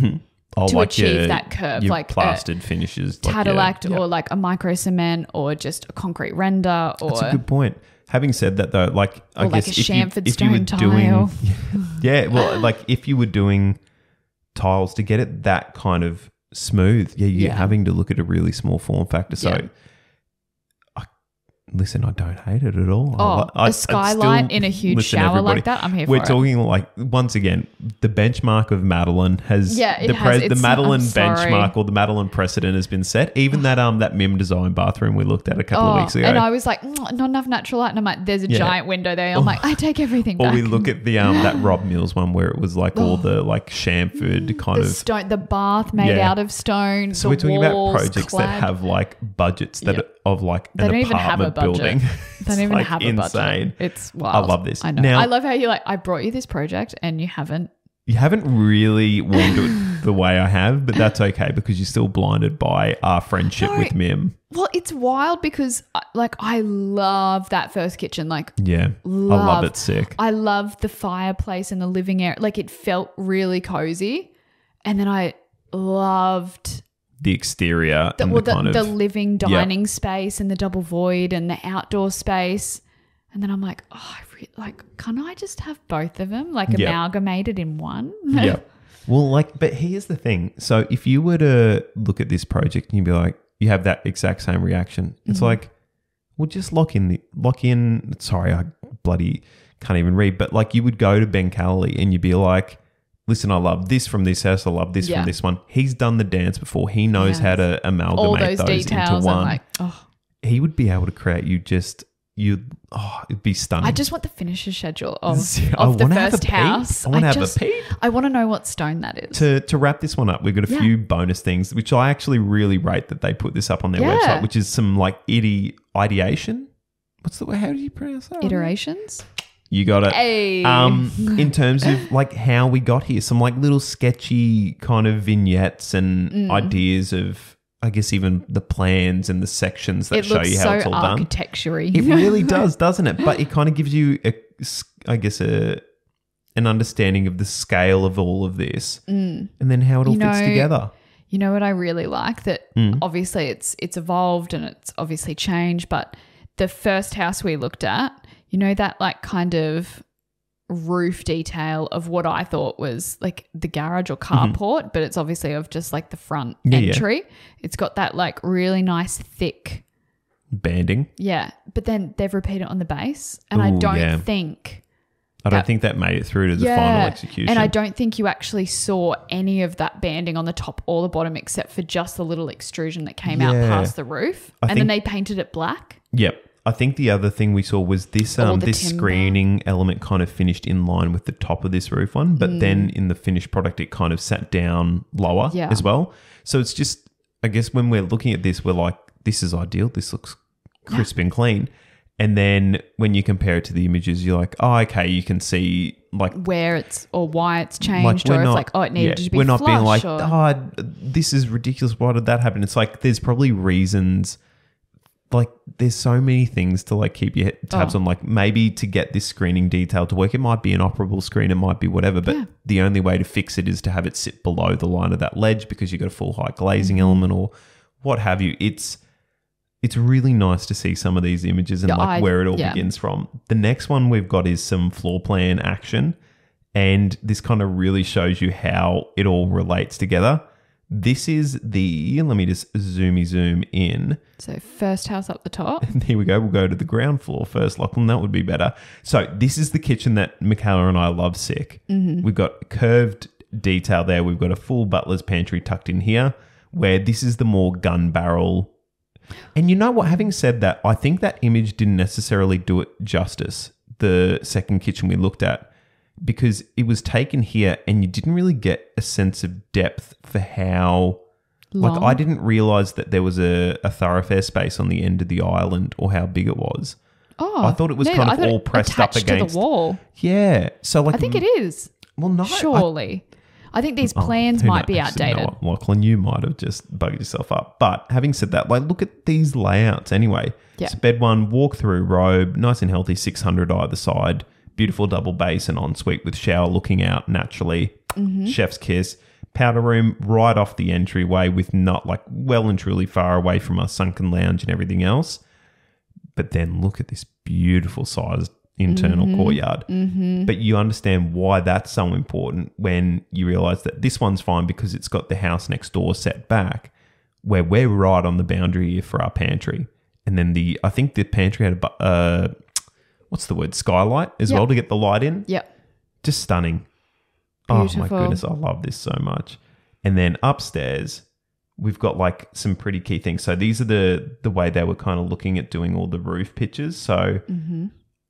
B: Oh,
A: To achieve
B: your-
A: that curve,
B: your
A: like, uh,
B: plastered finishes, like, yeah,
A: Tadalact
B: yeah.
A: or like a micro cement or just a concrete render or
B: That's a good point. Having said that, though, like I
A: Or like
B: guess
A: a
B: if, you,
A: chamfered
B: if you were
A: stone
B: doing, <laughs>
A: tile. <gasps>
B: yeah, well, like if you were doing tiles to get it that kind of smooth, yeah, you're
A: Yeah.
B: having to look at a really small form factor. So,
A: Yeah.
B: I, listen, I don't hate it at all.
A: Oh,
B: I, I-
A: a
B: I'd still-
A: skylight in a huge
B: listen,
A: shower
B: everybody,
A: like that? I'm here
B: We're
A: for it.
B: talking like once again, the benchmark of Madeline has
A: Yeah, it
B: the
A: has.
B: the
A: It's- I'm
B: Madeline
A: sorry.
B: benchmark or the Madeline precedent has been set.
A: <sighs>
B: Even that um that Mim design bathroom we looked at a couple of weeks ago.
A: Oh, and I was like, "Mm, not enough natural light. And I'm like, there's a
B: Yeah. Oh.
A: giant window there. I'm like, I take everything
B: Or
A: back. Oh,
B: we look at the um that Rob Mills one where it was like all the like chamfered kind
A: the
B: of.
A: stone, the bath made
B: Yeah.
A: out of stone.
B: So
A: the
B: we're talking about
A: walls
B: projects that
A: clad-
B: have like budgets that
A: Yeah.
B: are of like
A: They
B: an
A: don't even have a
B: apartment
A: budget.
B: building. <laughs>
A: They don't
B: It's,
A: even
B: like,
A: have a
B: insane.
A: budget. It's wild.
B: love this.
A: I know.
B: Now-
A: I love how you're like, I brought you this project and you haven't.
B: You haven't really
A: <laughs>
B: warmed it the way I have, but that's okay because you're still blinded by our friendship
A: No.
B: with Mim.
A: Well, it's wild because uh, like I love that first kitchen. Like
B: Yeah, I
A: Love.
B: love it. Sick.
A: I love the fireplace and the living area. Like it felt really cozy. And then I loved
B: the exterior
A: the,
B: and
A: well,
B: the,
A: the,
B: kind
A: the
B: of
A: living dining space and the double void and the outdoor space. And then I'm like, oh, I re- like, can I just have both of them like
B: Yeah.
A: amalgamated in one?
B: yeah. <laughs> Well, like, but here's the thing. So if you were to look at this project and you'd be like, you have that exact same reaction. It's
A: Mm-hmm.
B: like, well, just lock in the lock in. Sorry, I bloody can't even read. But like, you would go to Ben Calloway and you'd be like, listen, I love this from this house. I love this
A: Yeah.
B: from this one. He's done the dance before. He knows
A: Yeah.
B: how to
A: <laughs>
B: amalgamate
A: All those,
B: those,
A: details.
B: into
A: I'm
B: one.
A: like, oh,
B: he would be able to create you just you. Oh, it'd be stunning.
A: I just want the finisher
B: <laughs>
A: schedule of,
B: See, <laughs> I
A: of the
B: wanna have a
A: first
B: peek.
A: house.
B: I wanna have a
A: just-
B: peek.
A: I want to know what stone that is.
B: to to wrap this one up, we've got a
A: Yeah.
B: few bonus things, which I actually really rate that they put this up on their
A: Yeah.
B: website, which is some like itty ideation. What's the word? How do you pronounce
A: <laughs>
B: that?
A: Iterations.
B: You got it.
A: Hey. <laughs>
B: Um, in terms of like how
A: Mm.
B: we got here, some like little sketchy kind of vignettes and ideas of I guess even the plans and the sections that
A: it
B: show
A: looks
B: you
A: so
B: how it's all done.
A: architecture-y. <laughs>
B: It really does, doesn't it? But it kind of gives you, a, I guess, a an understanding of the scale of all of this, mm. and then how it all
A: You
B: fits
A: know-
B: together.
A: You know what I really like that
B: Hmm.
A: obviously it's it's evolved and it's obviously changed, but the first house we looked at, you know that like kind of roof detail of what I thought was like the garage or carport, but it's obviously of just like the front
B: Mm-hmm. Yeah, yeah.
A: entry. It's got that like really nice thick
B: Banding.
A: yeah. But then they've repeated it on the base. And I
B: Ooh,
A: don't
B: yeah.
A: think
B: I don't
A: That-
B: think that made it through to the final execution.
A: And I don't think you actually saw any of that banding on the top or the bottom except for just the little extrusion that came out
B: Yeah.
A: past the roof.
B: I
A: and then they painted it black.
B: Yep. I think the other thing we saw was this um,
A: the
B: this
A: timber.
B: screening element kind of finished in line with the top of this roof one, but then in the finished product it kind of sat down lower
A: Mm. Yeah.
B: as well. So it's just I guess when we're looking at this, we're like, this is ideal. This looks crisp and clean. And then when you compare it to the images, you're like, oh, okay, you can see like
A: Where it's or why it's
B: like
A: changed,
B: we're
A: or
B: not
A: it's like, oh, it needed
B: yeah,
A: to be
B: we're not being
A: flush
B: like
A: or-
B: oh this is ridiculous why did that happen it's like there's probably reasons like there's so many things to like keep your tabs
A: Oh.
B: on like maybe to get this screening detail to work it might be an operable screen it might be whatever but
A: Yeah.
B: the only way to fix it is to have it sit below the line of that ledge because you've got a full height glazing
A: Mm-hmm.
B: element or what have you it's it's really nice to see some of these images and
A: Yeah,
B: like
A: I-
B: where it all
A: yeah.
B: begins from. The next one we've got is some floor plan action, and this kind of really shows you how it all relates together. This is the let me just zoomy zoom in. <laughs>
A: So first house up the top.
B: Here we go. We'll go to the ground floor first, Lachlan. That would be better. So this is the kitchen that Michaela and I love sick.
A: Mm-hmm.
B: We've got curved detail there. We've got a full butler's pantry tucked in here, where this is the more gun barrel. And you know what? Having said that, I think that image didn't necessarily do it justice. The second kitchen we looked at. Because it was taken here, and you didn't really get a sense of depth for how like
A: Long.
B: I didn't realize that there was a, a thoroughfare space on the end of the island or how big it was.
A: oh,
B: I thought it was
A: no,
B: kind
A: I
B: of
A: thought it
B: all pressed up
A: attached to
B: against-
A: the wall.
B: Yeah. So like
A: I think it is
B: well no I- Oh,
A: surely. I, think these plans
B: who
A: might be
B: knows? Actually, you know
A: outdated.
B: what, Lachlan, you might have just bugged yourself up. But having said that, like look at these layouts anyway.
A: Yeah.
B: So bed one, walk through robe, nice and healthy, six hundred either side, beautiful double basin ensuite with shower looking out naturally.
A: Mm-hmm.
B: Chef's kiss. Powder room right off the entryway with not like well and truly far away from our sunken lounge and everything else. But then look at this beautiful sized internal courtyard. But you understand why that's so important when you realize that this one's fine because it's got the house next door set back, where we're right on the boundary here for our pantry. And then the, I think the pantry had a, bu- uh, what's the word, skylight as
A: Yep.
B: well to get the light in.
A: Yep.
B: Just stunning. Oh
A: Beautiful.
B: my goodness, I love this so much. And then upstairs, we've got like some pretty key things. So these are the the way they were kind of looking at doing all the roof pictures. So
A: Mm-hmm.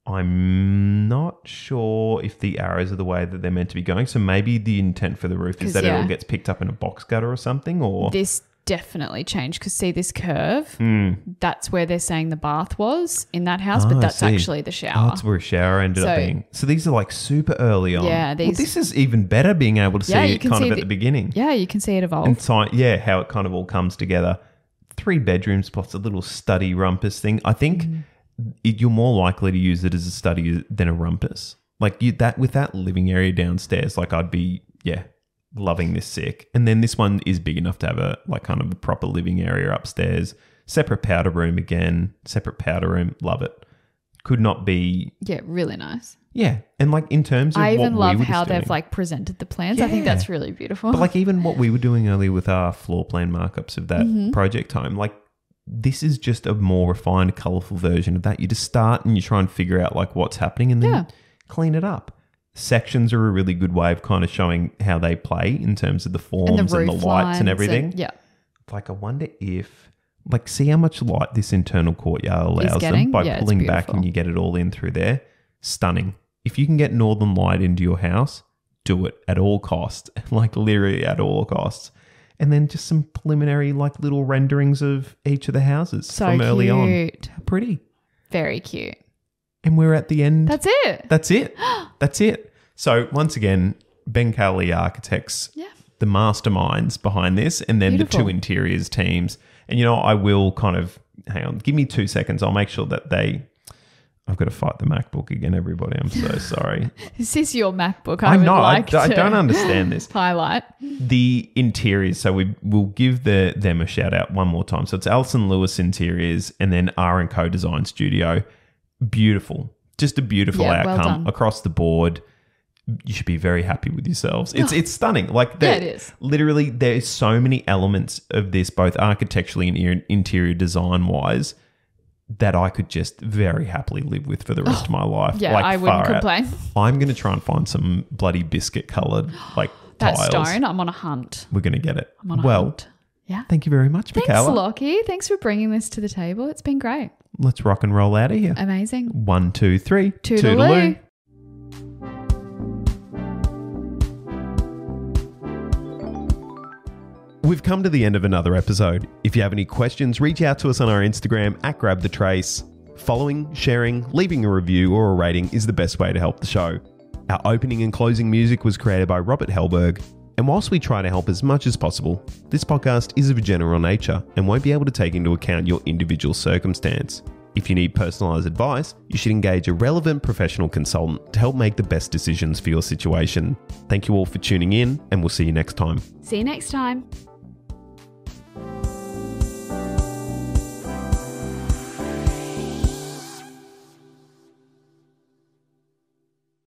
B: I'm not sure if the arrows are the way that they're meant to be going. So maybe the intent for the roof
A: 'Cause,
B: is that it all
A: yeah.
B: gets picked up in a box gutter or something, or
A: This definitely changed because see this curve.
B: Hmm.
A: that's where they're saying the bath was in that house,
B: Ah, I
A: but that's
B: see.
A: actually the
B: Oh,
A: shower.
B: that's where a shower ended
A: So-
B: up being. So these are like super early on.
A: Yeah,
B: Well,
A: these-
B: this is even better being able to see
A: Yeah, you
B: it
A: can
B: kind of
A: see
B: at
A: the-
B: the beginning.
A: yeah, you can see it evolve.
B: and sci- yeah, how it kind of all comes together. Three bedrooms plus a little study rumpus thing. I think
A: Mm.
B: it, you're more likely to use it as a study than a rumpus. Like you that with that living area downstairs, like I'd be yeah loving this sick. And then this one is big enough to have a like kind of a proper living area upstairs. Separate powder room again. Separate powder room. Love it. Could not be
A: yeah, really nice.
B: yeah. And like in terms of
A: I
B: what
A: even
B: we
A: love
B: were
A: how
B: just
A: they've
B: doing-
A: like presented the plans. I think
B: Yeah.
A: that's really beautiful.
B: but
A: <laughs>
B: like even what we were doing earlier with our floor plan markups of that project home, like this is just a more refined, colourful version of that. You just start and you try and figure out like what's happening and then
A: Yeah.
B: clean it up. Sections are a really good way of kind of showing how they play in terms of the forms and the, lights and everything.
A: yeah,
B: Like I wonder if like see how much light this internal courtyard allows them
A: getting?
B: by
A: Yeah, it's
B: pulling back
A: beautiful.
B: and you get it all in through there. Stunning. If you can get northern light into your house, do it at all costs. <laughs> Like literally at all costs. And then just some preliminary like little renderings of each of the houses
A: so
B: from
A: cute,
B: early on. Pretty.
A: very cute.
B: And we're at the end.
A: That's it.
B: <gasps> That's it. That's it. So once again, Bengali Architects
A: Yeah,
B: the masterminds behind this and then the
A: Beautiful.
B: two interiors teams. And, you know, I will kind of hang on, give me two seconds. I'll make sure that they. I've got to fight the MacBook again, everybody. I'm so sorry.
A: Is this your MacBook? I,
B: I
A: would
B: know. I
A: Like
B: d- I
A: to
B: don't understand this.
A: <laughs> Highlight.
B: the interiors. So we will give the them a shout out one more time. So it's Alison Lewis Interiors and then R and Co Design Studio. Beautiful, just a beautiful
A: Yeah, well
B: outcome
A: done.
B: across the board. You should be very happy with yourselves. It's it's stunning. Like
A: Oh. Yeah,
B: there-
A: it is.
B: Literally, there's so many elements of this, both architecturally and in- interior design wise. That I could just very happily live with for the rest of my life.
A: Oh, Yeah, I wouldn't
B: far out.
A: complain.
B: I'm going to try and find some bloody biscuit coloured like
A: <gasps> That
B: tiles
A: stone, I'm on a hunt.
B: we're going to get it.
A: I'm on a
B: Well,
A: hunt. Yeah.
B: thank you very much,
A: Thanks,
B: Michaela.
A: Lockie. Thanks for bringing this to the table. It's been great.
B: Let's rock and roll out of here.
A: Amazing.
B: One, two, three.
A: Toodaloo.
B: We've come to the end of another episode. If you have any questions, reach out to us on our Instagram at Grab the Trace. Following, sharing, leaving a review or a rating is the best way to help the show. Our opening and closing music was created by Robert Helberg. And whilst we try to help as much as possible, this podcast is of a general nature and won't be able to take into account your individual circumstance. If you need personalised advice, you should engage a relevant professional consultant to help make the best decisions for your situation. Thank you all for tuning in, and we'll see you next time.
A: See you next time.